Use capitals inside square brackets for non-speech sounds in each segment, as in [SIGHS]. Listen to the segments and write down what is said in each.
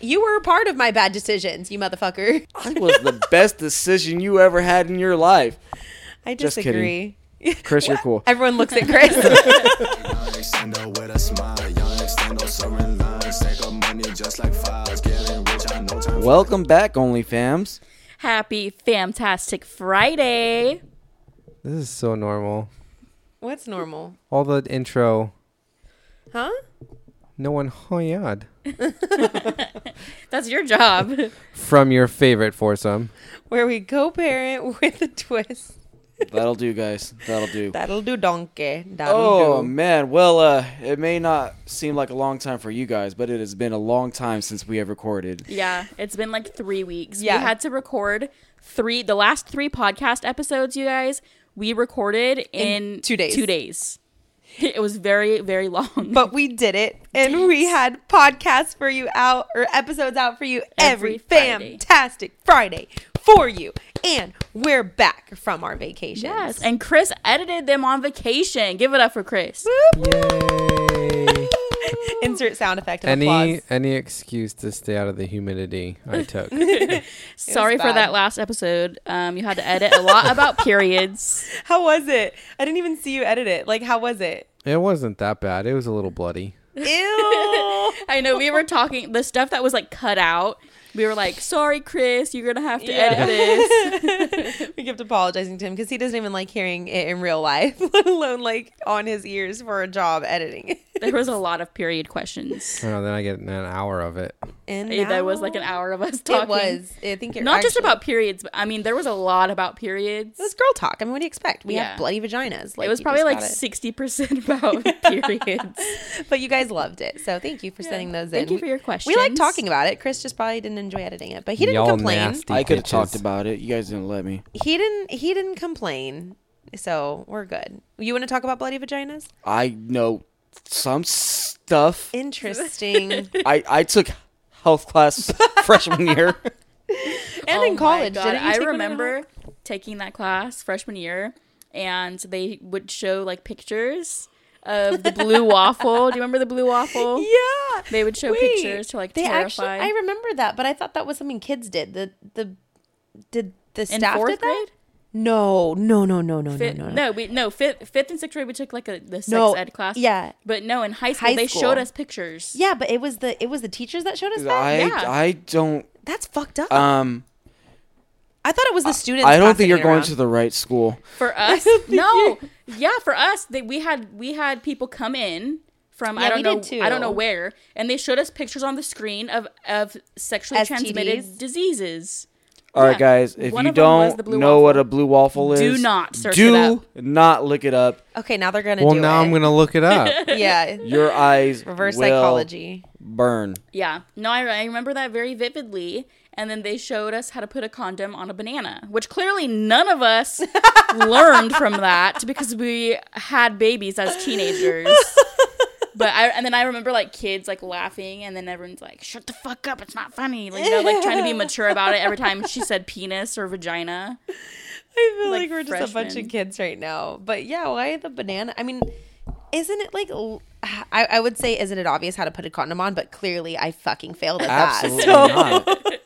You were a part of my bad decisions, you motherfucker. That was the best decision you ever had in your life. I Just disagree. [LAUGHS] kidding. Chris, you're cool. Everyone looks at Chris. [LAUGHS] Extendo with a smile, young extendo soaring lines, take up money just like files, getting rich, I know time. Welcome back, OnlyFams. Happy Fantastic Friday. This is so normal. What's normal? All the intro, Huh? no one hoyad That's your job. from your favorite foursome. Where we go parent with a twist. That'll do, guys. That'll do. That'll do donkey. That'll Oh do. man, well, uh, it may not seem like a long time for you guys, but it has been a long time since we have recorded. [LAUGHS] yeah, it's been like three weeks. Yeah. We had to record three, the last three podcast episodes, you guys, we recorded in, two days. Two days. [LAUGHS] It was very, very long. But we did it. And we had podcasts for you out or episodes out for you every, Every Friday. fantastic Friday for you. And we're back from our vacation. yes. And Chris edited them on vacation. Give it up for Chris. Yay! Insert sound effect of any applause. any excuse to stay out of the humidity [LAUGHS] I took. Sorry for bad. that last episode. Um, you had to edit a lot [LAUGHS] about periods. How was it? I didn't even see you edit it. Like, how was [LAUGHS] it? it wasn't that bad. It was a little bloody. Ew. I know we were talking the stuff that was like cut out. We were like, "Sorry, Chris, you're gonna have to edit this." [LAUGHS] we kept apologizing to him because he doesn't even like hearing it in real life, [LAUGHS] let alone like on his ears for a job editing. There was a lot of period questions. Oh, then I get an hour of it. and Eh, That was like an now- hour of us talking. It was. I think it not just actually- about periods, but I mean, there was a lot about periods. It was girl talk. I mean, what do you expect? We Yeah. have bloody vaginas. Like, it was you probably just like gotta- [LAUGHS] sixty percent about periods. but you guys loved it, so thank you for sending those in. Thank you for your We, we like questions. talking about it. Chris just probably didn't enjoy editing it, but he didn't Y'all complain. nasty I could have bitches. talked about it. You guys didn't let me. He didn't. He didn't complain. So we're good. You want to talk about bloody [LAUGHS] vaginas? I know some stuff. Interesting. I I took health class [LAUGHS] freshman year. and Oh in my college, God, didn't you I take one in remember taking that class freshman year, and they would show like pictures of [LAUGHS] the blue waffle. Do you remember the blue waffle? Yeah. They would show Wait, pictures to like they terrify. actually I remember that, but I thought that was something kids did. The the did the in staff fourth did that? grade. No, no, no, no, no, Fifth, no, no, no, no. we no fifth, fifth and sixth grade we took like a the sex No, ed class. yeah. but no in high school High they school. showed us pictures. Yeah, but it was the it was the teachers that showed us that. I Yeah. I don't That's fucked up. um I thought it was the students. I don't passing think you're it going around. to the right school. [LAUGHS] for us, no, yeah, for us they, we had we had people come in from Yeah, I we don't know did I don't know too. where, and they showed us pictures on the screen of of sexually STDs. transmitted diseases. All right, Yeah. guys. If One you of them was the don't blue know what waffle. a blue waffle is, Do not search it do up. not look it up. Okay, now they're gonna Well, do now it. I'm gonna look [LAUGHS] it up. [LAUGHS] Yeah. Your [LAUGHS] eyes Reverse will psychology. burn. Yeah, no, I, I remember that very vividly. And then they showed us how to put a condom on a banana, which clearly none of [LAUGHS] us learned from that because we had babies as teenagers. But I and then I remember like kids like laughing, and then everyone's like, "Shut the fuck up! It's not funny." Like you know, like trying to be mature about it every time she said penis or vagina. I feel like, like we're just a bunch freshmen. of kids right now. But yeah, why the banana? I mean, isn't it like l- I, I would say isn't it obvious how to put a condom on? But clearly, I fucking failed at Absolutely that. So [LAUGHS] not.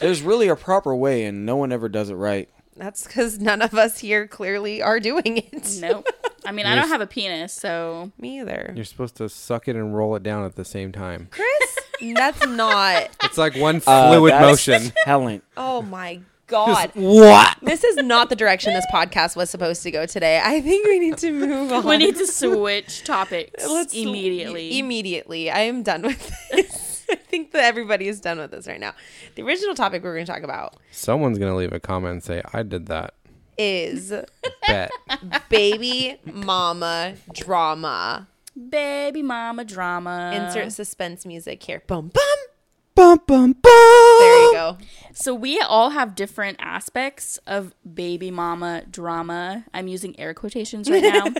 There's really a proper way, and no one ever does it right. [LAUGHS] that's because none of us here clearly are doing it. Nope. I mean, I don't have a penis, so [LAUGHS] Me either. You're supposed to suck it and roll it down at the same time. Chris, that's not. It's like one Uh, [LAUGHS] fluid [LAUGHS] that's motion. [LAUGHS] Helen. Oh my god. What? This is not the direction this podcast was supposed to go today. I think we need to move on. we need to switch topics [LAUGHS] Let's- immediately. Immediately. I am done with [LAUGHS] this. I think that everybody is done with this right now. The original topic we're going to talk about Someone's gonna leave a comment and say I [LAUGHS] did that. is Bet. baby mama drama. Baby mama drama. Insert suspense music here. Boom, boom. Bum bum bum. There you go. So we all have different aspects of baby mama drama. I'm using air quotations [LAUGHS] right now. You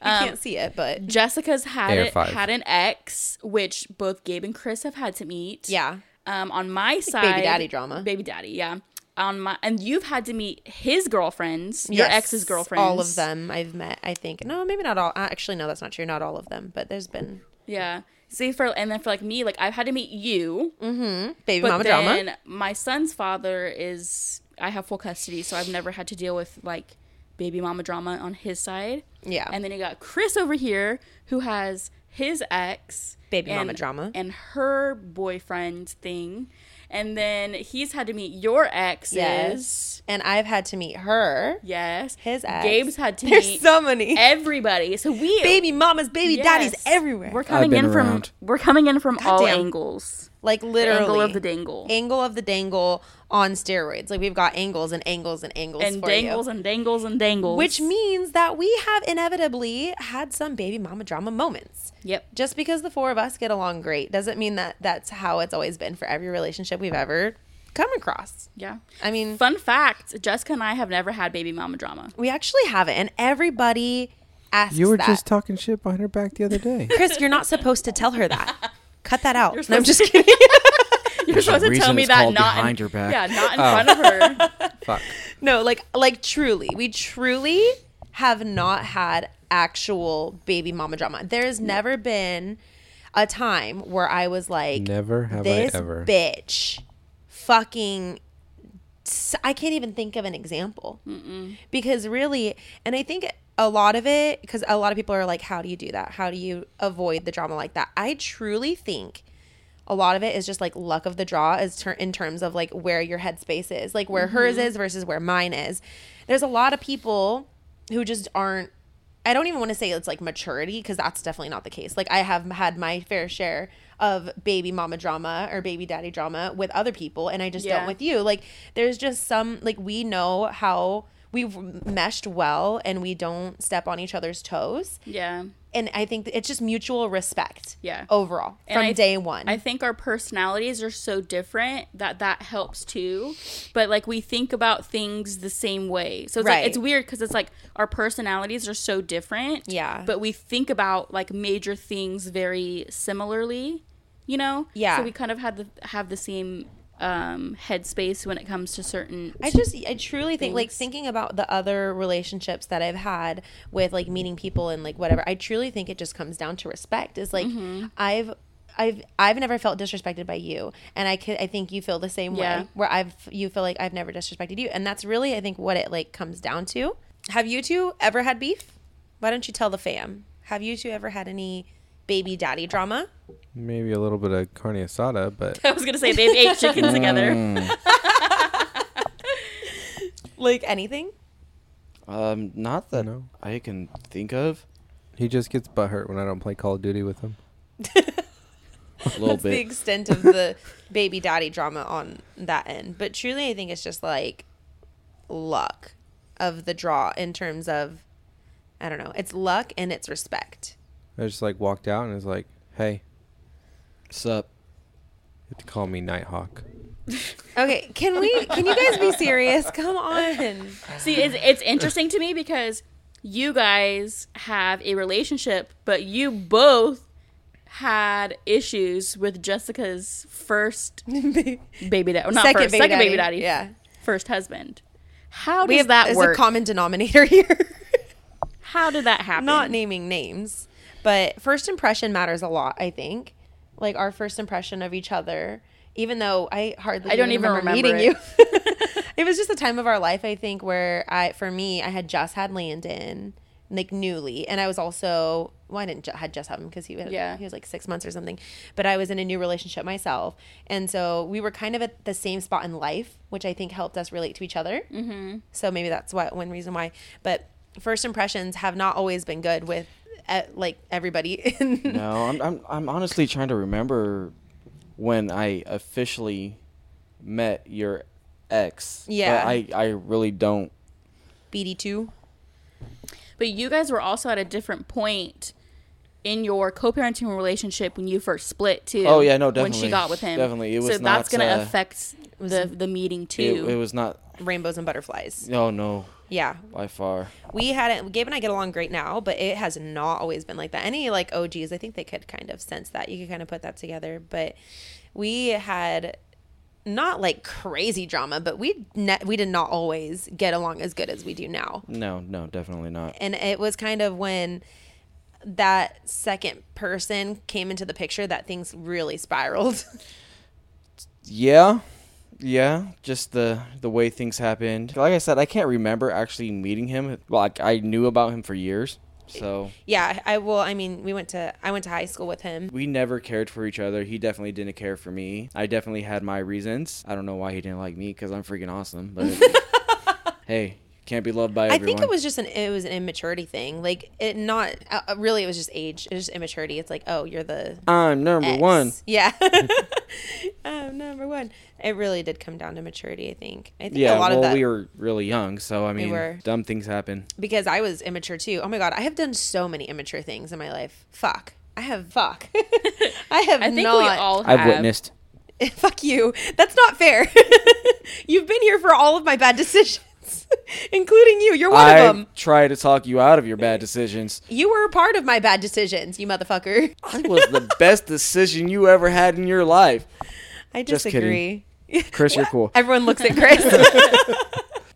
Um, can't see it, but Jessica's had Air it, five. had an ex, which both Gabe and Chris have had to meet. yeah. Um, on my side, baby daddy drama. Baby daddy, yeah. On my and you've had to meet his girlfriends, your Yes, ex's girlfriends, All of them I've met, I think. No, maybe not all. uh, Actually, no, that's not true. Not all of them, but there's been. Yeah. See, for and then for like me, like I've had to meet you, Baby but mama drama. then my son's father is I have full custody, so I've never had to deal with like baby mama drama on his side. Yeah. and then you got Chris over here who has his ex Baby and, mama drama. and her boyfriend thing, and then he's had to meet your exes. Yes. And I've had to meet her. Yes. His ex. Gabe's had to There's meet so many. everybody. So we baby mamas, baby daddies yes. everywhere. We're coming been in from around. we're coming in from all Goddamn. angles. like The literally. angle of the dangle. Angle of the dangle on steroids. Like we've got angles and angles and angles and for dangles you. and dangles and dangles. Which means that we have inevitably had some baby mama drama moments. Yep. Just because the four of us get along great doesn't mean that that's how it's always been for every relationship we've ever come across. Yeah. I mean, Fun fact, Jessica and I have never had baby mama drama. we actually have it, and everybody asks You were that. just [LAUGHS] talking shit behind her back the other [LAUGHS] day. Chris, you're not supposed to tell her that. Cut that out. [LAUGHS] No, I'm supposed just kidding. [LAUGHS] You're supposed to reason tell me it's that called not behind in, your back. Oh. Yeah, not in front of [LAUGHS] her. Fuck. No, like like truly, we truly have not had actual baby mama drama. There has never been a time where I was like, Never have I this ever. bitch, fucking. I can't even think of an example because really, and I think a lot of it because a lot of people are like, how do you do that? How do you avoid the drama like that? I truly think a lot of it is just like luck of the draw is ter- in terms of like where your headspace is, like where hers Mm-hmm. is versus where mine is. There's a lot of people who just aren't. I don't even want to say it's like maturity because that's definitely not the case. Like I have had my fair share of baby mama drama or baby daddy drama with other people, and I just Yeah. don't with you. Like there's just some like we know how we've meshed well, and we don't step on each other's toes. Yeah. And I think it's just mutual respect. Yeah. Overall, And from I- day one. I think our personalities are so different that that helps too. But like we think about things the same way. So it's Right. like it's weird cuz it's like our personalities are so different. Yeah. But we think about like major things very similarly, you know? Yeah. So we kind of had the have the same um headspace when it comes to certain I just I truly think like thinking about the other relationships that I've had with like meeting people and like whatever. I truly think it just comes down to respect. Is like Mm-hmm. I've I've I've never felt disrespected by you, and I could I think you feel the same Yeah. way. Where I've you feel like I've never disrespected you, and that's really I think what it like comes down to. Have you two ever had beef? Why don't you tell the fam? Have you two ever had any baby daddy drama? Maybe a little bit of carne asada, but I was gonna say they've ate chicken Mm. together. Like anything? Um, not that No. I can think of. he just gets butthurt when I don't play Call of Duty with him. A little [LAUGHS] That's the bit. extent of the baby daddy drama on that end. But truly, I think it's just like luck of the draw in terms of, I don't know, it's luck and it's respect. I just like walked out and was like, "Hey, Sup? you have to call me Nighthawk." Okay, can we? Can you guys be serious? Come [LAUGHS] on. See, it's, it's interesting to me because you guys have a relationship, but you both had issues with Jessica's first baby daddy. Not first, second baby daddy. Yeah, First husband. How we does have that that. work? a common denominator [LAUGHS] here. How did that happen? not naming names, but first impression matters a lot, I think. Like our first impression of each other, even though I hardly I don't even remember meeting you. [LAUGHS] [LAUGHS] it was just a time of our life, I think, where I for me, I had just had Landon like newly, and I was also well, I didn't ju- had just have him because he had, Yeah. he was like six months or something, but I was in a new relationship myself, and so we were kind of at the same spot in life, which I think helped us relate to each other. Mm-hmm. So maybe that's what one reason why. But first impressions have not always been good with uh, like everybody. [LAUGHS] In No, I'm, I'm I'm honestly trying to remember when I officially met your ex. but Yeah. I I really don't. BD two. But you guys were also at a different point in your co-parenting relationship when you first split too. Oh, yeah, no, When definitely. she got with him, Definitely. It so was that's not, gonna uh, affect the the meeting It, too. it was not. Rainbows and butterflies. Oh no, Yeah, by far. we had it. Gabe and I get along great now, but it has not always been like that. Any like OGs, I think they could kind of sense that. You could kind of put that together, but we had not like crazy drama, but we ne- we did not always get along as good as we do now. No, no, definitely not. and it was kind of when that second person came into the picture that things really spiraled. [LAUGHS] Yeah. Yeah, just the the way things happened. Like I said, I can't remember actually meeting him. Like I knew about him for years. So yeah, I will I mean, we went to I went to high school with him. we never cared for each other. He definitely didn't care for me. I definitely had my reasons. I don't know why he didn't like me because I'm freaking [LAUGHS] awesome. But hey, can't be loved by I everyone. think it was just an it was an immaturity thing. Like it not uh, uh, really it was just age. It was just immaturity. It's like, "Oh, you're the I'm number ex. one. Yeah. [LAUGHS] oh, number 1. It really did come down to maturity, I think. I think Yeah, a lot well, of that we were really young, so I mean, were. dumb things happen. because I was immature too. Oh my god, I have done so many immature things in my life. Fuck. I have fuck. [LAUGHS] I have I think not. we all have. I've witnessed. [LAUGHS] fuck you. That's not fair. [LAUGHS] You've been here for all of my bad decisions, [LAUGHS] including you. You're one of I them. try to talk you out of your bad decisions. You were a part of my bad decisions, you motherfucker. I was [LAUGHS] the best decision you ever had in your life. I Just disagree. kidding. Chris, you're cool. [LAUGHS] Everyone looks at [LAUGHS] Chris.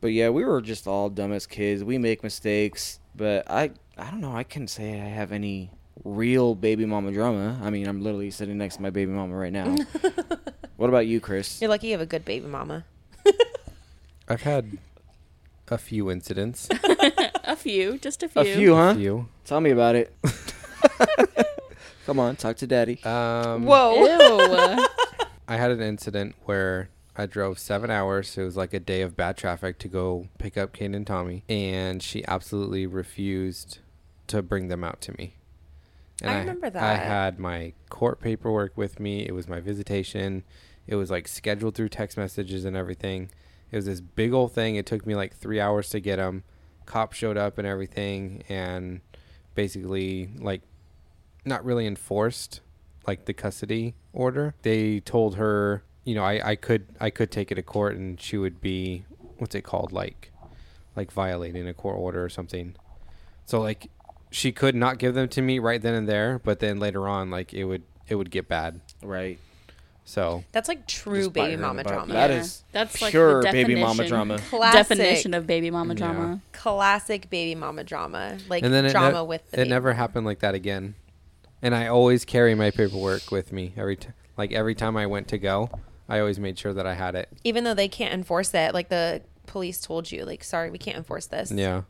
But yeah, we were just all dumb as kids. We make mistakes, but I I don't know. I couldn't say I have any real baby mama drama. I mean, I'm literally sitting next to my baby mama right now. what about you, Chris? You're lucky you have a good baby mama. I've had a few incidents. a few, just a few. A few, huh? few. Tell me about it. Come on, talk to daddy. [LAUGHS] [LAUGHS] Um, Whoa. Ew. I had an incident where I drove seven hours. So it was like a day of bad traffic to go pick up Kane and Tommy, and she absolutely refused to bring them out to me. And I remember I that. had my court paperwork with me. It was my visitation. It was like scheduled through text messages and everything. It was this big old thing. It took me like three hours to get them. Cop showed up and everything, and basically like not really enforced like the custody order. They told her, you know, I, I could I could take it to court and she would be what's it called like like violating a court order or something. So like she could not give them to me right then and there, but then later on like it would it would get bad. Right. So That's like true Just bite baby her mama in the butt. drama. That Yeah. is That's like the pure baby mama definition. drama. Classic. Definition of baby mama drama. Classic baby mama drama. Like and then it, drama ne- with the it baby. never happened like that again. And I always carry my paperwork with me every t- like every time I went to go, I always made sure that I had it. even though they can't enforce it like the police told you like sorry we can't enforce this Yeah.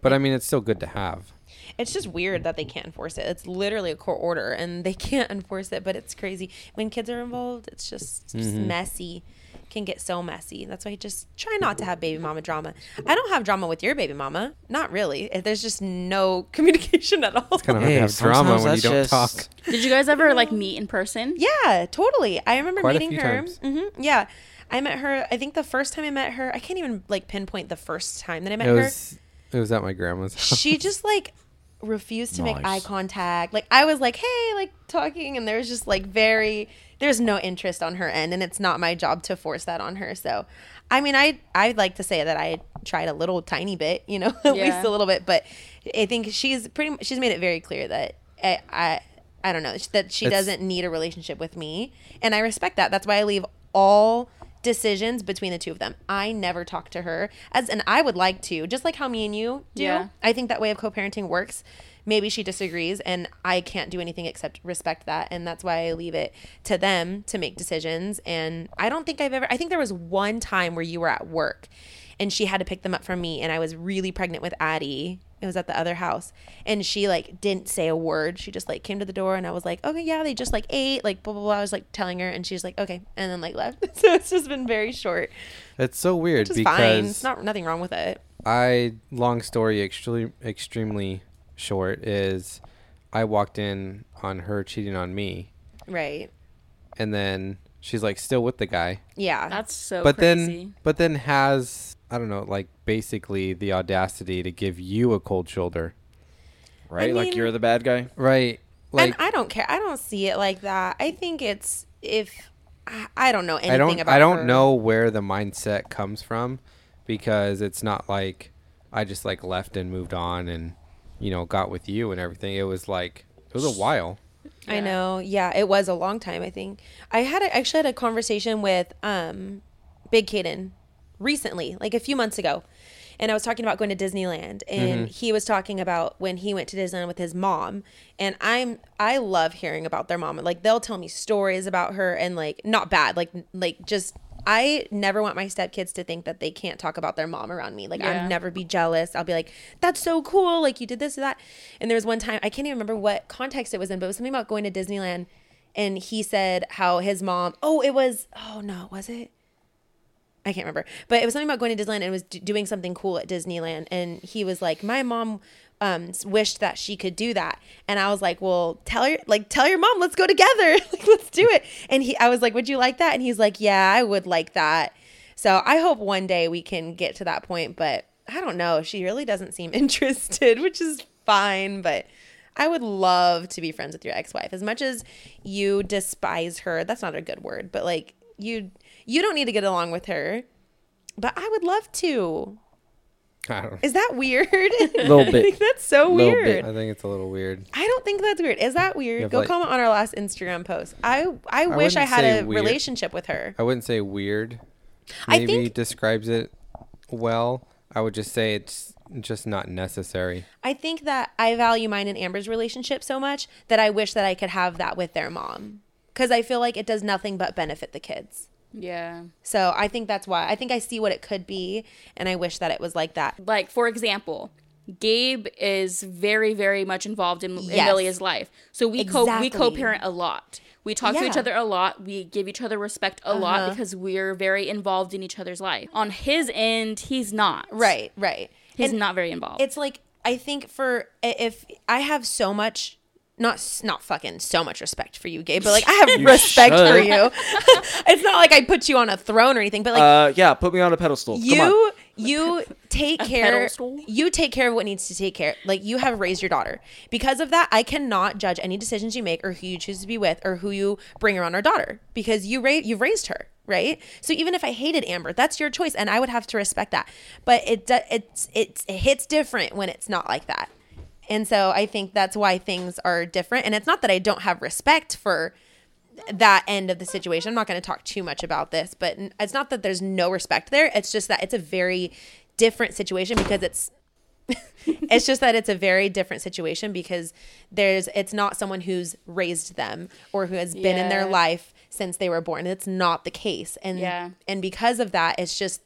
But I mean it's still good to have. it's just weird that they can't enforce it it's literally a court order and they [LAUGHS] can't enforce it but it's crazy when kids are involved it's just, it's just Mm-hmm. messy can get so messy that's why just try not to have baby mama drama i don't have drama with your baby mama not really there's just no [LAUGHS] communication at all kind of hard Hey, to have drama sometimes when you that's don't just- talk. Did you guys ever like meet in person? [LAUGHS] Yeah, totally. I remember Quite a meeting few her. times. hmm Yeah, I met her. I think the first time I met her, I can't even like pinpoint the first time that I met It her. was it was at my grandma's. house. [LAUGHS] she just like refused to make eye Nice. contact. Like I was like, "Hey," like talking and there's just like very there's no interest on her end and it's not my job to force that on her. So, I mean, I I'd like to say that I tried a little tiny bit, you know, [LAUGHS] at Yeah. least a little bit, but I think she's pretty mu- she's made it very clear that I I, I don't know, that she It's- doesn't need a relationship with me and I respect that. That's why I leave all decisions between the two of them. I never talk to her as and I would like to, just like how me and you do. Yeah. I think that way of co parenting works. Maybe she disagrees, and I can't do anything except respect that. And that's why I leave it to them to make decisions. And I don't think I've ever, I think there was one time where you were at work and she had to pick them up from me, and I was really pregnant with Addie. It was at the other house. And she like didn't say a word. She just like came to the door and I was like, okay, yeah, they just like ate, like blah, blah, blah. I was like telling her and she's like, okay. And then like left. [LAUGHS] so it's just been very short. it's so weird Which is fine. because It's not nothing wrong with it. I long story extremely extremely short is I walked in on her cheating on me Right. and then she's like still with the guy. Yeah. That's so But crazy. then but then has I don't know like basically the audacity to give you a cold shoulder. right. like mean- you're the bad guy. Right. Like and I don't care. I don't see it like that. I think it's if I, I don't know anything I don't about. I don't her. know where the mindset comes from because it's not like I just like left and moved on and you know got with you and everything. It was like it was a while. [LAUGHS] I know. Yeah, it was a long time. I think I had a, actually had a conversation with um, Big Caden recently, like a few months ago, and I was talking about going to Disneyland, and he was talking about when he went to Disneyland with his mom, and I'm I love hearing about their mom. Like they'll tell me stories about her, and like not bad, like like just. I never want my stepkids to think that they can't talk about their mom around me. Like Yeah. I've never be jealous. I'll be like, "That's so cool! Like you did this or that." And there was one time I can't even remember what context it was in, but it was something about going to Disneyland, and he said how his mom. Oh, it was. Oh no, was it? I can't remember, but it was something about going to Disneyland and it was d- doing something cool at Disneyland. And he was like, "My mom um, s- wished that she could do that," and I was like, "Well, tell your like tell your mom, let's go together, [LAUGHS] like let's do it." And he, I was like, "Would you like that?" And he's like, "Yeah, I would like that." So I hope one day we can get to that point, but I don't know. She really doesn't seem [LAUGHS] interested, which is fine, but. I would love to be friends with your ex-wife. As much as you despise her, that's not a good word, but like you you don't need to get along with her. But I would love to. I don't know. Is that weird? [LAUGHS] Little bit. I think that's so Little bit. weird. I think it's a little weird. I don't think that's weird. Is that weird? Yeah, Go like- comment on our last Instagram post. I I, wish I wouldn't had say a weird. relationship with her. I wouldn't say weird. I Maybe think- describes it well. I would just say it's just not necessary. I think that I value mine and Amber's relationship so much that I wish that I could have that with their mom cuz I feel like it does nothing but benefit the kids. Yeah. So I think that's why. I think I see what it could be, and I wish that it was like that. Like, for example, Gabe is very, very much involved in, in Yes. Lilia's life. So we co we Exactly. co-parent a lot. We talk to each Yeah. Uh-huh. other a lot. We give each other respect a lot because we're very involved in each other's life. On his end, he's not. Right, right. He's not very involved. It's like I think for i- if I have so much not s- not fucking so much respect for you, Gabe, but like I have respect for should. you. [LAUGHS] it's not like I put you on a throne or anything, but like Uh, yeah, put me on a pedestal. Come on. you you take care pedestal? you take care of what needs to take care like you have raised your daughter because of that i cannot judge any decisions you make or who you choose to be with or who you bring around our daughter because you ra- you've raised her right so even if i hated amber that's your choice and i would have to respect that but it do- it's, it's it hits different when it's not like that and so i think that's why things are different and it's not that i don't have respect for that end of the situation. I'm not going to talk too much about this, but n- it's not that there's no respect there. It's just that it's a very different situation because it's [LAUGHS] it's just that it's a very different situation because there's it's not someone who's raised them or who has been in their Yeah. life since they were born. It's not the case. And Yeah. and because of that, it's just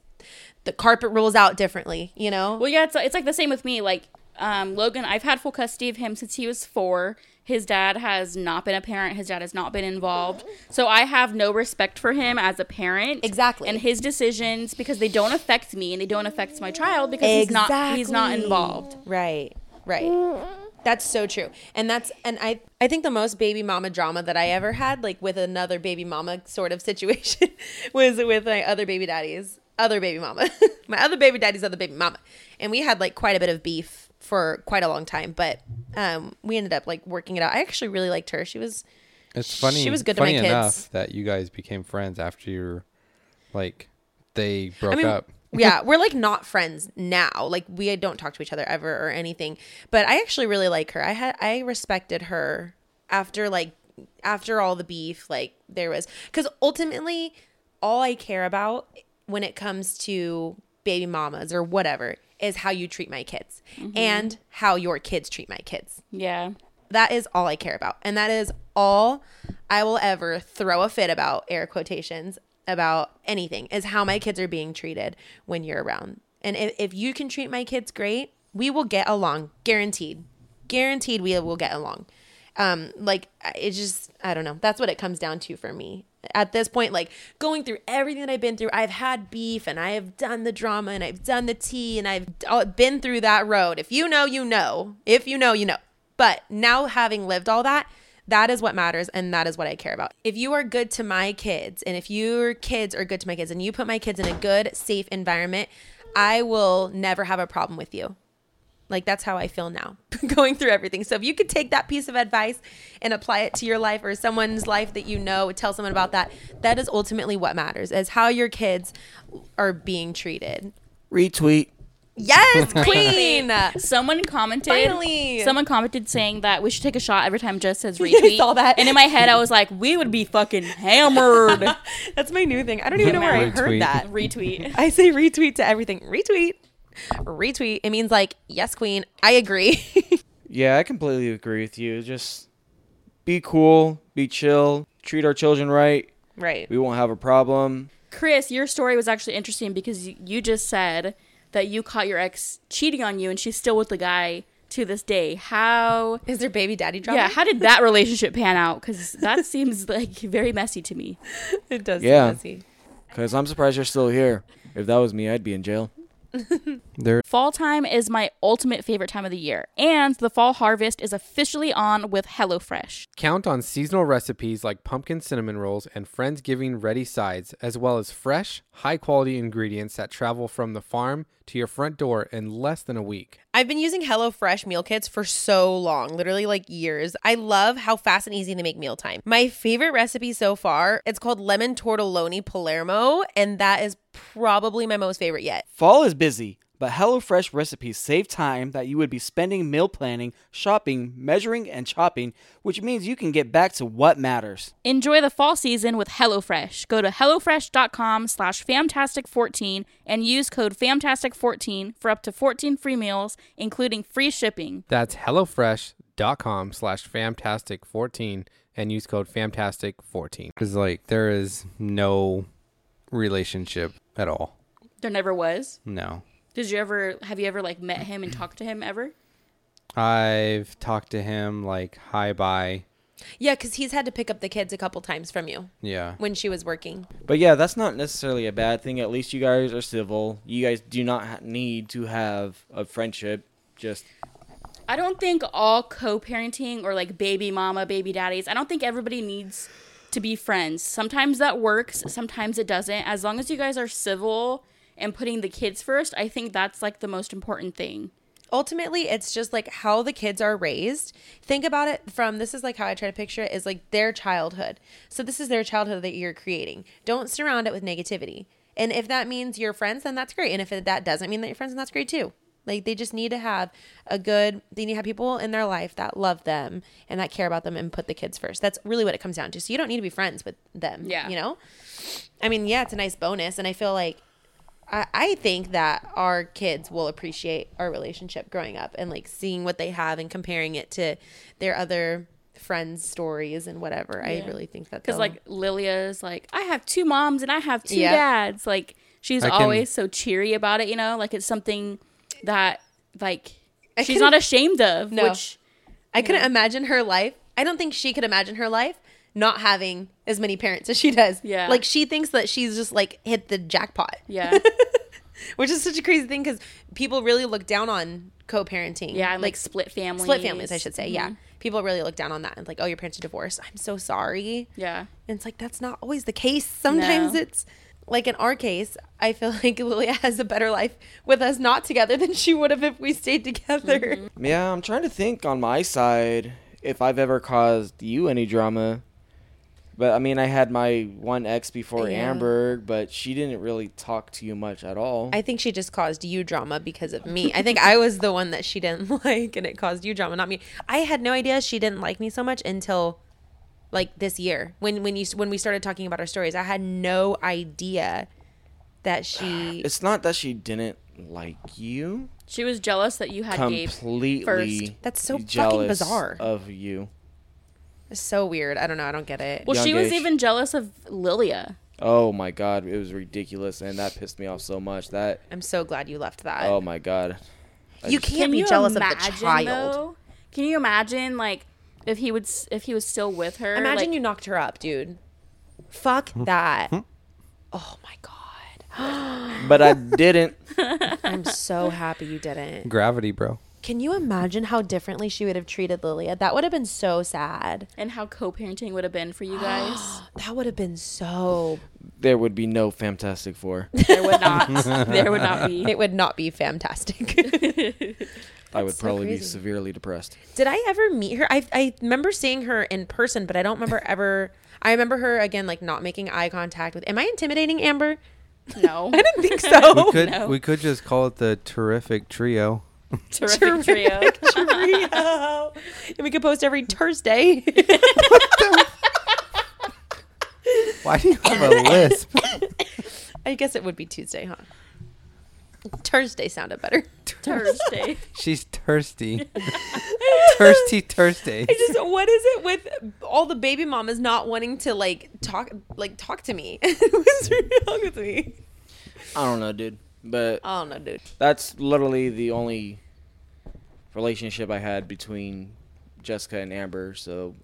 the carpet rules out differently, you know? Well, yeah, it's, it's like the same with me. Like, um, Logan, I've had full custody of him since he was four. His dad has not been a parent. His dad has not been involved. So I have no respect for him as a parent. Exactly. And his decisions because they don't affect me and they don't affect my child because he's not he's not Exactly. involved. Mm. Right. Right. That's so true. And that's and I I think the most baby mama drama that I ever had like with another baby mama sort of [LAUGHS] situation was with my other baby daddy's other baby mama. [LAUGHS] my other baby daddy's other baby mama. And we had like quite a bit of beef for quite a long time, but um we ended up like working it out. I actually really liked her. She was It's funny. was good to my funny enough kids. that you guys became friends after you're like they broke up. [LAUGHS] yeah, we're like not friends now. Like we don't talk to each other ever or anything. But I actually really like her. I had I respected her after like after all the beef like there was cuz ultimately all I care about when it comes to baby mamas or whatever is how you treat my kids and how your kids treat my kids. Yeah. That is all I care about. And that is all I will ever throw a fit about, air quotations, about anything, is how my kids are being treated when you're around. And if, if you can treat my kids great, we will get along, guaranteed. Guaranteed we will get along. Um, like I- it's just I don't know. That's what it comes down to for me. At this point, like going through everything that I've been through, I've had beef and I have done the drama and I've done the tea and I've d- all- been through that road. If you know, you know. If you know, you know. But now having lived all that, that is what matters and that is what I care about. If you are good to my kids and if your kids are good to my kids and you put my kids in a good, safe environment, I will never have a problem with you. Like that's how I feel now [LAUGHS] going through everything. So if you could take that piece of advice and apply it to your life or someone's life that you know, tell someone about that. That is ultimately what matters is how your kids are being treated. Retweet. Yes, queen. [LAUGHS] Someone commented. Finally. Someone commented saying that we should take a shot every time [LAUGHS] Jess says retweet. saw that. And in my head, I was like, we would be fucking hammered. [LAUGHS] that's my new thing. I don't even know where I heard Retweet. that. retweet. I say retweet to everything. Retweet. retweet. It means like, yes, queen, I agree. [LAUGHS] Yeah, I completely agree with you. Just be cool, be chill, treat our children right. right. We won't have a problem. Chris, your story was actually interesting because you, you just said that you caught your ex cheating on you and she's still with the guy to this day. How Is there baby daddy drama? Yeah, how did that relationship pan out? Cuz that [LAUGHS] seems like very messy to me. it does. Yeah. Yeah. Messy. Because I'm surprised you're still here. If that was me, I'd be in jail. There Fall time is my ultimate favorite time of the year, and the fall harvest is officially on with HelloFresh. count on seasonal recipes like pumpkin cinnamon rolls and friendsgiving ready sides, as well as fresh, high-quality ingredients that travel from the farm to your front door in less than a week. I've been using HelloFresh meal kits for so long, literally like years. I love how fast and easy they make mealtime. My favorite recipe so far, it's called lemon tortelloni Palermo, and that is probably my most favorite yet. Fall is busy, but HelloFresh recipes save time that you would be spending meal planning, shopping, measuring, and chopping, which means you can get back to what matters. Enjoy the fall season with HelloFresh. Go to HelloFresh.com slash Fantastic14 and use code Fantastic14 for up to 14 free meals, including free shipping. That's HelloFresh.com slash Fantastic14 and use code Fantastic14. Because, like, there is no relationship at all. There never was. No. Did you ever, have you ever like met him and talked to him ever? I've talked to him, like, hi, bye. Yeah, because he's had to pick up the kids a couple times from you Yeah. when she was working. But yeah, that's not necessarily a bad thing. At least you guys are civil. You guys do not ha- need to have a friendship. Just I don't think all co-parenting or like baby mama, baby daddies, I don't think everybody needs to be friends. Sometimes that works, sometimes it doesn't. As long as you guys are civil and putting the kids first, I think that's like the most important thing. ultimately it's just like how the kids are raised think about it from this is like how i try to picture it is like their childhood so this is their childhood that you're creating don't surround it with negativity and if that means you're friends then that's great and if that doesn't mean that you're friends then that's great too like they just need to have a good they need to have people in their life that love them and that care about them and put the kids first that's really what it comes down to so you don't need to be friends with them Yeah. you know i mean yeah it's a nice bonus and i feel like I, I think that our kids will appreciate our relationship growing up and like seeing what they have and comparing it to their other friends' stories and whatever. I Yeah. really think that Because they'll- like Lilia's like, I have two moms and I have two Yeah. dads. Like she's I can- always so cheery about it, you know? Like it's something that like I she's can- not ashamed of. No. Which I couldn't imagine her life. I don't think she could imagine her life not having as many parents as she does. Yeah. like she thinks that she's just like hit the jackpot. [LAUGHS] yeah. which is such a crazy thing because people really look down on co-parenting. Yeah, and like, split families. split families, I should say. Mm-hmm. Yeah, people really look down on that and like, oh, your parents are divorced. I'm so sorry. Yeah. And it's like that's not always the case. Sometimes No. it's like in our case, I feel [LAUGHS] like Lilia has a better life with us not together than she would have if we stayed together. Mm-hmm. yeah, I'm trying to think on my side if I've ever caused you any drama. But I mean, I had my one ex before Yeah. Amber, but she didn't really talk to you much at all. I think she just caused you drama because of me. I think I was the one that she didn't [LAUGHS] like and it caused you drama, not me. I had no idea she didn't like me so much until like this year when when you when we started talking about our stories. I had no idea that [SIGHS] she [SIGHS] it's not that she didn't like you She was jealous that you had Gabe first. completely. That's so fucking jealous bizarre. of you. is so weird. I don't know, I don't get it. Well, Young she was age. even jealous of Lilia. Oh my god, it was ridiculous, and that pissed me off so much. That I'm so glad you left that. oh my god, you just- can't Can be you jealous imagine, of the child. Though? Can you imagine like if he would s- if he was still with her? Imagine like, you knocked her up, dude. Fuck Hmm? that. oh my god. but I didn't. I'm so [LAUGHS] happy you didn't. Gravity, bro. Can you imagine how differently she would have treated Lilia? That would have been so sad. and how co-parenting would have [GASPS] been for you guys. That would have been so. There would be no Fantastic [LAUGHS] Four. there would not. [LAUGHS] There would not be. It would not be [LAUGHS] fantastic. I would so probably be crazy. severely depressed. Did I ever meet her? I, I remember seeing her in person, but I don't remember ever. I remember her again, like not making eye contact with. Am I intimidating Amber? No. I don't [LAUGHS] think so. We could no. we could just call it the terrific trio. Terrific trio. [LAUGHS] [LAUGHS] Trio. and we could post every Thursday. [LAUGHS] Why do you have a lisp? [LAUGHS] I guess it would be Tuesday, huh? Thursday sounded better. [LAUGHS] Thursday. She's thirsty. thirsty Thursday. I just what is it with all the baby mamas not wanting to like talk like talk to me? [LAUGHS] What's wrong with me? I don't know, dude. But I don't know, dude. that's literally the only relationship I had between Jessica and Amber. So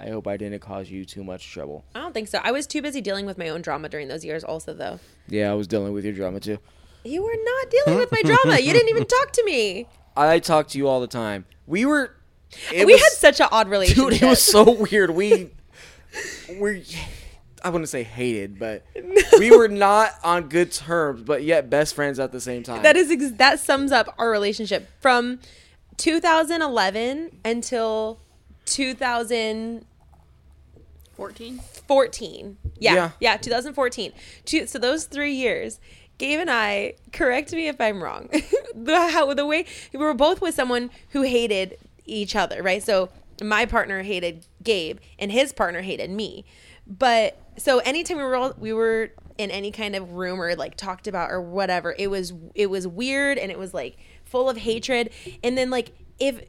I hope I didn't cause you too much trouble. I don't think so. I was too busy dealing with my own drama during those years also though. Yeah, I was dealing with your drama too. You were not dealing with my drama. You didn't even talk to me. I talk to you all the time. We were. [LAUGHS] it we was- had such an odd relationship. [LAUGHS] dude. It was so weird. We we I wouldn't say [LAUGHS] hated, but we were not on good terms, but yet best friends at the same time. that is ex- that sums up our relationship from 2011 until 2014 14. yeah Yeah. yeah, 2014 Two, so those three years gabe and i correct me if i'm wrong [LAUGHS] the, how, the way we were both with someone who hated each other right so my partner hated gabe and his partner hated me but so anytime we were all, we were in any kind of room or like talked about or whatever it was it was weird and it was like full of hatred and then like if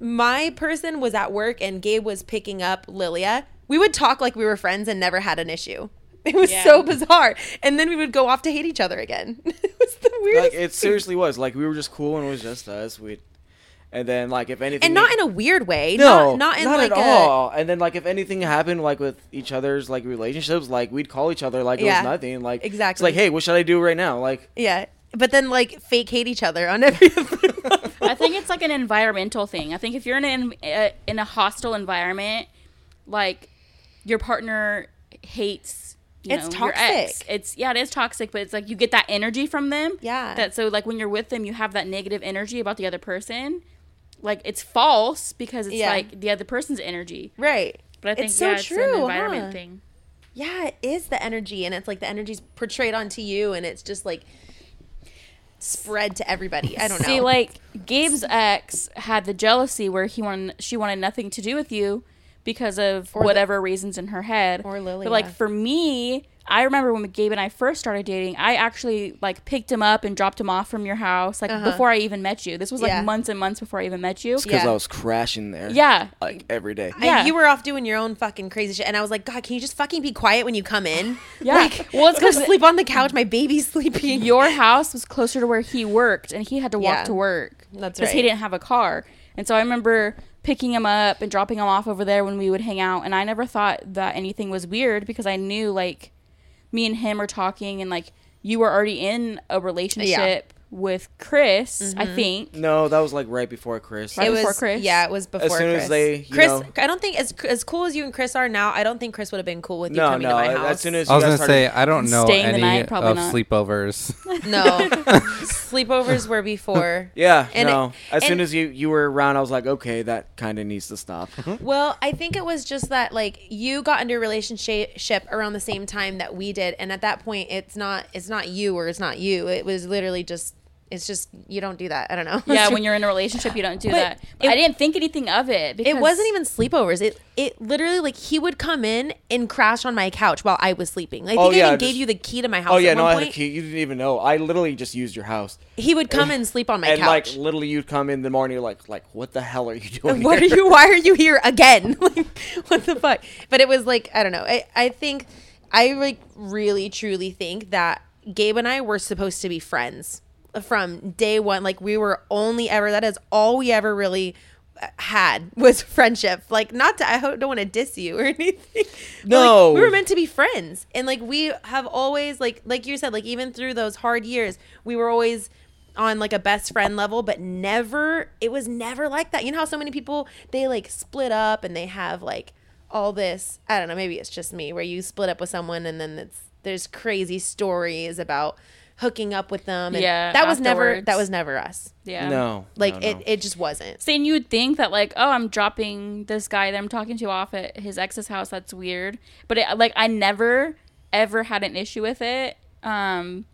my person was at work and Gabe was picking up Lilia, we would talk like we were friends and never had an issue. [LAUGHS] It was Yeah. so bizarre. And then we would go off to hate each other again. [LAUGHS] it was the weirdest. like it seriously was. Like we were just cool and it was just us. We and then like if anything and not in a weird way. no, not, not in like at a, all. And then like if anything happened like with each other's like relationships, like we'd call each other like Yeah. it was nothing. Like It's Exactly. like, hey, what should I do right now? Like Yeah. But then like fake hate each other on [LAUGHS] every other [LAUGHS] level. I think it's like an environmental thing. I think if you're in an, uh, in a hostile environment, like your partner hates. You It's know, your ex. toxic. It's yeah, it is toxic, but it's like you get that energy from them. Yeah. That so like when you're with them, you have that negative energy about the other person. Like it's false because it's Yeah. like the other person's energy. right. But I think it's so yeah, true. it's an environment environment huh? thing. Yeah, it is the energy and it's like the energy's portrayed onto you and it's just like spread to everybody. I don't know. See, like Gabe's ex had the jealousy where he wanted, she wanted nothing to do with you because of whatever reasons in her head. or But like Lilia. for me, I remember when Gabe and I first started dating, I actually like picked him up and dropped him off from your house like before I even met you. This was like Uh-huh. Yeah. months and months before I even met you. because Yeah. I was crashing there. Yeah. Like every day. I- Yeah. you were off doing your own fucking crazy shit, and I was like, God, can you just fucking be quiet when you come in? [LAUGHS] Yeah. Like, Well, it's I'm gonna 'cause- sleep on the couch. My baby's [LAUGHS] sleeping. Your house was closer to where he worked and he had to walk Yeah. to work. That's he right. didn't have a car. And so I remember picking him up and dropping him off over there when we would hang out and I never thought that anything was weird because I knew like me and him are talking and like you were already in a relationship with Chris, I Mm-hmm. think. No, that was like right before Chris. Right it before was Chris? yeah, it was before soon as Chris. they, you Chris, know- I don't think as as cool as you and Chris are now. I don't think Chris would have been cool with you No, coming no. to my house. As soon as [LAUGHS] I was you gonna guys started say I don't know Staying the any night, probably of not. sleepovers. [LAUGHS] no, sleepovers were before. [LAUGHS] Yeah, And no. it- as soon and- as you you were around, I was like, okay, that kind of needs to stop. Well, [LAUGHS] I think it was just that like you got into a relationship around the same time that we did, and at that point, it's not it's not you or it's not you. It was literally just it's just you don't do that. I don't know. [LAUGHS] yeah, when you're in a relationship, you don't do that. it- I didn't think anything of it. Because It wasn't even sleepovers. It it literally like he would come in and crash on my couch while I was sleeping. I think Oh, I yeah, even just- gave you the key to my house. oh yeah, at no, one I had a point. key. You didn't even know. I literally just used your house, He would come [LAUGHS] and sleep on my and couch. [LAUGHS] like literally, you'd come in the morning, you're like, like, what the hell are you doing? what are here?" you? Why are you here again? [LAUGHS] like, what the fuck? But it was like I don't know. I I think I like really truly think that Gabe and I were supposed to be friends from day one. Like we were only ever that is all we ever really uh, had was [LAUGHS] friendship. Like not to I ho- don't want to diss you or [LAUGHS] anything. but, like, No. we were meant to be friends, and like we have always like like you said like even through those hard years we were always on like a best friend level but never it was never like that you know how so many people they like split up and they have like all this i don't know maybe it's just me where you split up with someone and then it's there's crazy stories about hooking up with them and Yeah, that was never afterwards. that was never us Yeah. [LAUGHS] No, like no, it, no. it just wasn't Saying you would think that like, oh, I'm dropping this guy that I'm talking to off at his ex's house. That's weird. But it, like, I never ever had an issue with it. Um,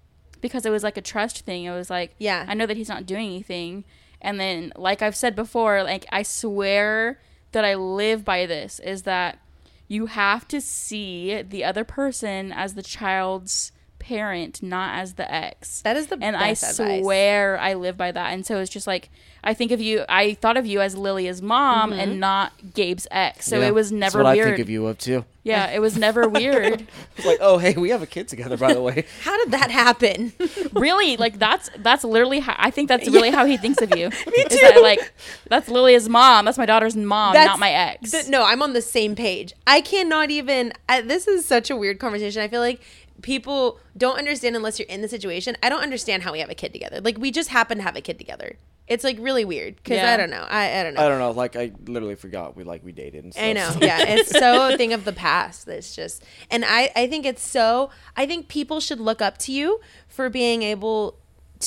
because it was like a trust thing. It was like, Yeah. I know that he's not doing anything. And then, like I've said before, like I swear that I live by this is that you have to see the other person as the child's parent, not as the ex. That is the and I best advice. swear I live by that. And so it's just like I think of you. I thought of you as Lilia's mom Mm-hmm. and not Gabe's ex. So Yeah, it was That's never what weird. I think of you of too. Yeah, it [LAUGHS] was never weird. It's like, oh hey, we have a kid together, by the way. How did that happen? [LAUGHS] really, like that's that's literally how I think that's really how he thinks [LAUGHS] of you. Me Is too. that like that's Lilia's mom. That's my daughter's mom, That's- not my ex. th- no, I'm on the same page. I cannot even. I, this is such a weird conversation. I feel like people don't understand unless you're in the situation. I don't understand how we have a kid together. Like we just happen to have a kid together. It's like really weird because Yeah. I don't know. I, I don't know. [LAUGHS] I don't know. Like I literally forgot we like we dated and stuff. I know. so- Yeah, it's so [LAUGHS] a thing of the past. That's just, and I I think it's so. I think people should look up to you for being able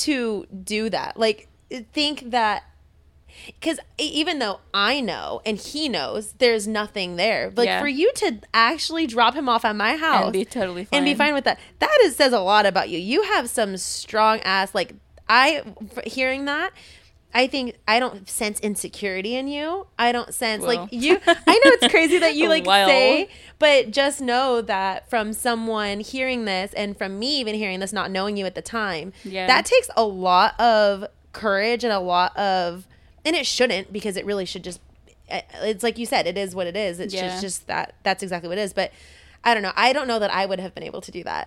to do that. Like think that. Because even though I know and he knows, there's nothing there. Like Yeah. for you to actually drop him off at my house be totally and be fine. fine with that. That is says a lot about you. You have some strong ass. Like I, f- hearing that, I think I don't sense insecurity in you. I don't sense Well. like you. I know it's crazy [LAUGHS] that you like Well. say, but just know that from someone hearing this and from me even hearing this, not knowing you at the time, Yeah. that takes a lot of courage and a lot of, and it shouldn't because it really should just. eh, It's like you said, it is what it is. It's Yeah. just, just that. That's exactly what it is. But I don't know. I don't know that I would have been able to do that.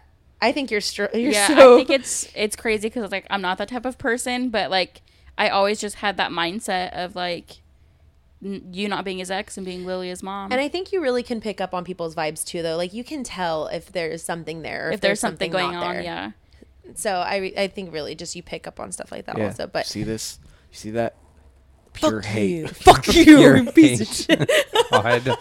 I think you're, str- you're yeah, so. I think it's it's crazy because like I'm not that type of person, but like I always just had that mindset of like n- you not being his ex and being Lilia's [LAUGHS] mom. And I think you really can pick up on people's vibes too, though. Like you can tell if there's something there, or if there's something, going not on, there. yeah. So I, re- I think really just you pick up on stuff like that Yeah. also. But see this? You see that? Pure [LAUGHS] hate. fuck [LAUGHS] you, Pure piece of hate. shit. [LAUGHS] God.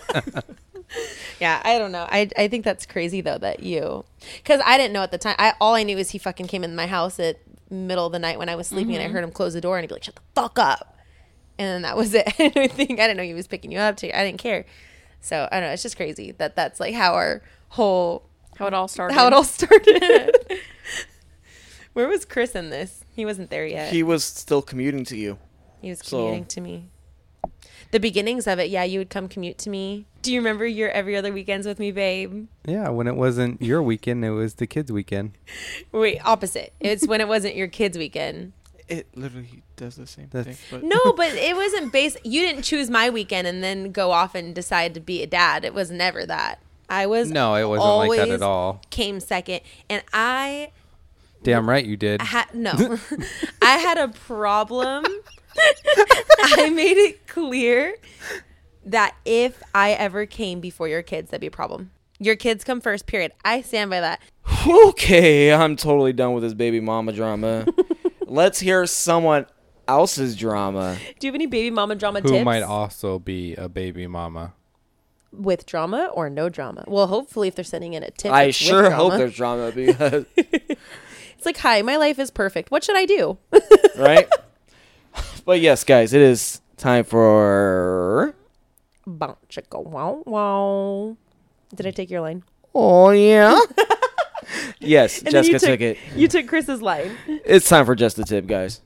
yeah, I don't know. I, I think that's crazy though that you, because I didn't know at the time. I all I knew is he fucking came in my house at middle of the night when I was sleeping, Mm-hmm. and I heard him close the door, and he'd be like, "Shut the fuck up," and then that was [LAUGHS] it. I didn't think I didn't know he was picking you up. To I didn't care. So I don't know. It's just crazy that that's like how our whole How it all started. how it all started. [LAUGHS] Where was Chris in this? He wasn't there yet. [LAUGHS] He was still commuting to you. He was So- commuting to me. The beginnings of it, yeah, you would come commute to me. Do you remember your every other weekends with me, babe? yeah, when it wasn't your weekend, it was the kids' [LAUGHS] weekend. Wait, opposite. It's when it wasn't your kids' weekend. It literally does the same That's- thing. [LAUGHS] But No, but it wasn't based. You didn't choose my weekend and then go off and decide to be a dad. It was never that. I was No, it wasn't like that always at all. Came second, and I Damn right you did. had no i had a problem i made it clear that if i ever came before your kids that'd be a problem your kids come first period i stand by that [LAUGHS] [LAUGHS] okay, I'm totally done with this baby mama drama. Let's hear someone else's drama. do you have any baby mama drama Who tips might also be a baby mama? with drama or no drama well hopefully if they're sending in a tip I it's with sure hope drama. [LAUGHS] there's drama because it's like hi my life is perfect what should i do [LAUGHS] right? but yes, guys, it is time for Bow, chicka, wow wow did i take your line Oh yeah. [LAUGHS] yes, then you Jessica took it. you took chris's line It's time for just the tip, guys.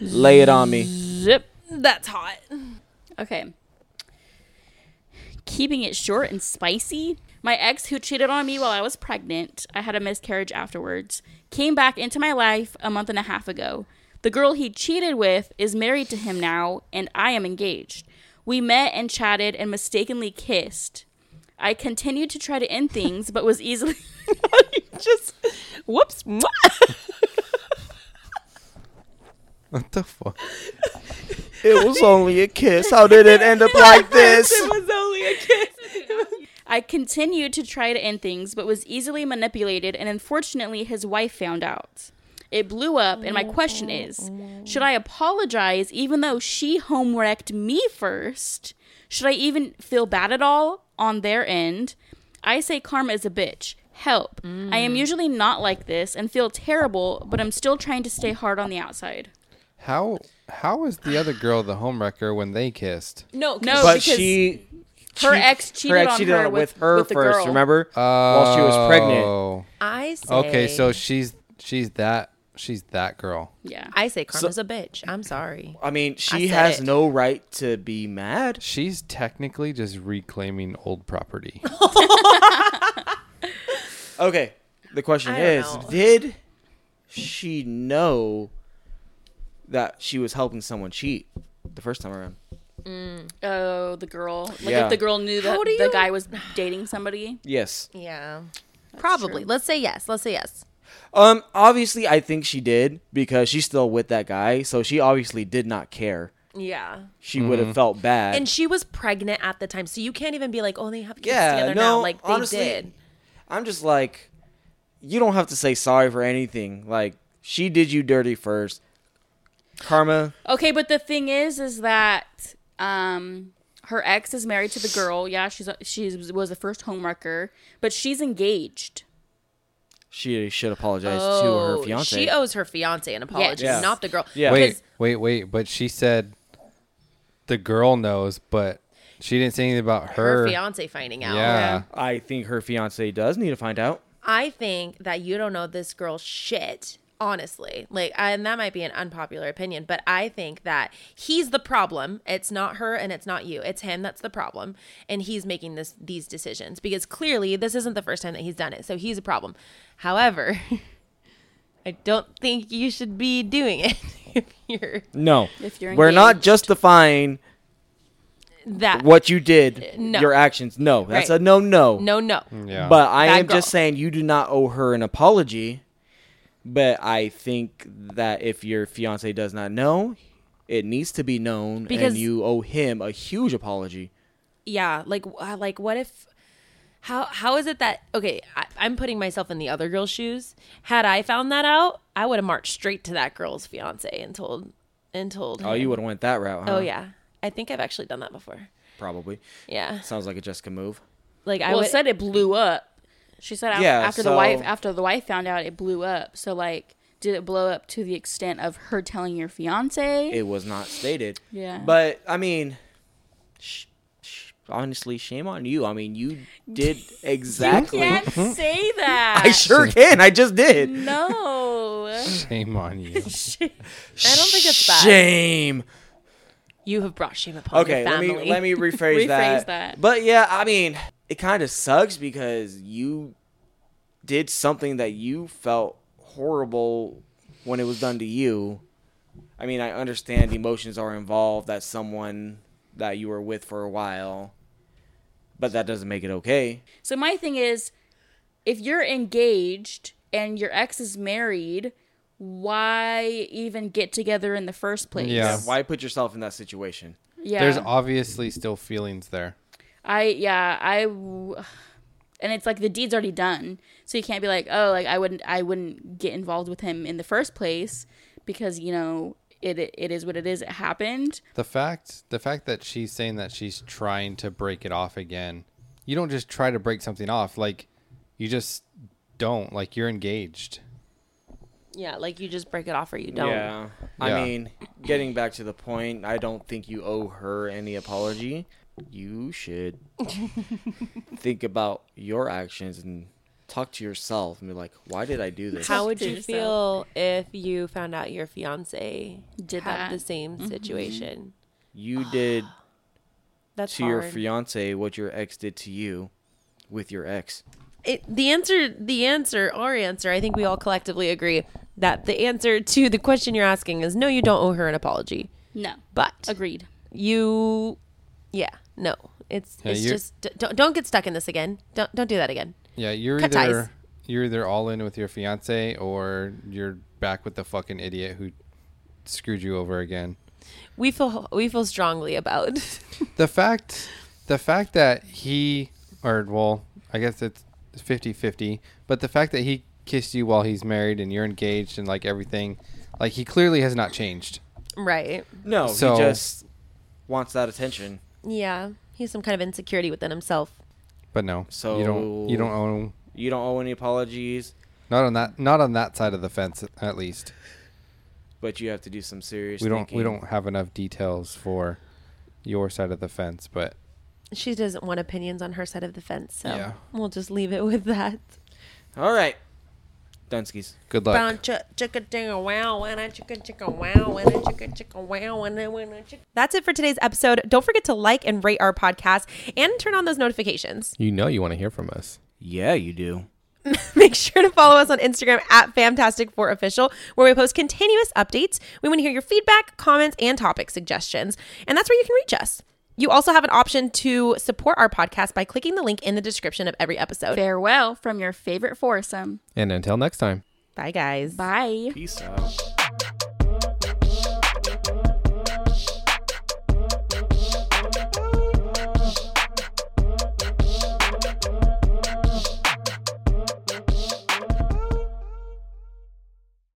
Lay it on me. Zip. that's [LAUGHS] hot Okay. Keeping it short and spicy. My ex, who cheated on me while I was pregnant, I had a miscarriage afterwards, came back into my life a month and a half ago. The girl he cheated with is married to him now, and I am engaged. We met and chatted and mistakenly kissed. I continued to try to end things, but was easily. [LAUGHS] just whoops [LAUGHS] What the fuck? It was only a kiss. How did it end up [LAUGHS] like this? was only a kiss. I continued to try to end things, but was easily manipulated, and unfortunately, his wife found out. It blew up, and my question is should I apologize even though she home wrecked me first? Should I even feel bad at all on their end? I say karma is a bitch. Help. I Mm. am usually not like this and feel terrible, but I'm still trying to stay hard on the outside. How how was the other girl the homewrecker when they kissed? No, No, But because she her ex cheated on her with- with the first, girl. remember? While she was pregnant. Oh. I say. Okay, so she's she's that she's that girl. Yeah. I say karma's a bitch. I'm sorry. I mean, she said has it. no right to be mad. She's technically [LAUGHS] just reclaiming old property. Okay. The question I don't is, know. did she know that she was helping someone cheat the first time around? Oh, the girl. Like Yeah. if the girl knew that How do the you- guy was dating somebody. Yes. Yeah. Probably. true. Let's say yes. Let's say yes. Um. Obviously, I think she did because she's still with that guy, so she obviously did not care. Yeah. She would Mm-hmm. have felt bad. And she was pregnant at the time, so you can't even be like, "Oh, they have kids Yeah, together no, now." Like they honestly- did. I'm just like, you don't have to say sorry for anything. Like she did you dirty first. Karma. Okay, but the thing is, is that um, her ex is married to the girl. Yeah, she's she was the first homewrecker, but she's engaged. She should apologize to her fiance. Oh, She owes her fiance an apology, Yes. not the girl. Yeah. Wait, Because- wait, wait. But she said the girl knows, but she didn't say anything about her. her fiance finding out. Yeah. I think her fiance does need to find out. I think that you don't know this girl shit, honestly. Like, and that might be an unpopular opinion, but I think that he's the problem. It's not her and it's not you. It's him that's the problem, and he's making this these decisions because clearly this isn't the first time that he's done it, so he's a problem. However, [LAUGHS] I don't think you should be doing it [LAUGHS] if you're No. If you're We're not engaged. justifying that. what you did, No. your actions. No, that's Right. a no, no. No, no. Yeah. But I Bad am girl. just saying you do not owe her an apology. But I think that if your fiance does not know, it needs to be known, Because- and you owe him a huge apology. yeah like uh, like what if how how is it that okay I, i'm putting myself in the other girl's shoes had i found that out i would have marched straight to that girl's fiance and told and told Oh, him. you would have went that route, huh? oh yeah i think i've actually done that before Probably. yeah Sounds like a Jessica move. like i Well, would it said it blew up. She said af- Yeah, after so- the wife after the wife found out it blew up. So like, did it blow up to the extent of her telling your fiance? It was not stated. Yeah. But, I mean, sh- sh- honestly, shame on you. I mean, you [LAUGHS] did exactly. can't say that. [LAUGHS] I sure can. I just did. no. [LAUGHS] Shame on [LAUGHS] you. i don't think it's bad Shame. you have brought shame upon Okay, your let family me let me rephrase, Rephrase that. that. But yeah, I mean, it kind of sucks because you did something that you felt horrible when it was done to you. I mean, I understand emotions are involved that someone that you were with for a while, but that doesn't make it okay. So my thing is, if you're engaged and your ex is married, why even get together in the first place? Yeah. Why put yourself in that situation? Yeah. There's obviously still feelings there. I yeah I, w- and it's like the deed's already done, so you can't be like oh like I wouldn't I wouldn't get involved with him in the first place because you know it it is what it is. It happened. The fact the fact that she's saying that she's trying to break it off again. You don't just try to break something off. Like you just don't. Like you're engaged. yeah like you just break it off or you don't Yeah. I Yeah. mean, getting back to the point, I don't think you owe her any apology. You [LAUGHS] should think about your actions and talk to yourself and be like, why did I do this? How would to you feel yourself. if you found out your fiance Did had that. the same situation? you did That's to your hard. fiance what your ex did to you with your ex. it, the answer the answer our answer i think we all collectively agree that the answer to the question you're asking is no you don't owe her an apology No, but agreed. you yeah no it's Yeah, it's you're- just d- don't, don't get stuck in this again don't don't do that again Yeah, you're Cut either ties. you're either all in with your fiance or you're back with the fucking idiot who screwed you over again. we feel we feel strongly about [LAUGHS] the fact the fact that he or well i guess it's 50-50 but the fact that he kissed you while he's married and you're engaged and like everything like he clearly has not changed right No, So- he just wants that attention. yeah he has some kind of insecurity within himself but no so you don't you So- don't own You don't owe any apologies, not on that not on that side of the fence at least but you have to do some serious we don't thinking. we don't have enough details for your side of the fence but she doesn't want opinions on her side of the fence so Yeah. we'll just leave it with that All right. Dunskies. good luck Brown chi- chicka dinga wow and a chicka chicka wow and a chicka chicka wow and a and a chicka. That's it for today's episode. Don't forget to like and rate our podcast and turn on those notifications. you know you want to hear from us Yeah, you do. [LAUGHS] Make sure to follow us on Instagram at Fantastic4Official, where we post continuous updates. We want to hear your feedback, comments, and topic suggestions. And that's where you can reach us. You also have an option to support our podcast by clicking the link in the description of every episode. Farewell from your favorite foursome. And until next time. Bye, guys. Bye. Peace out.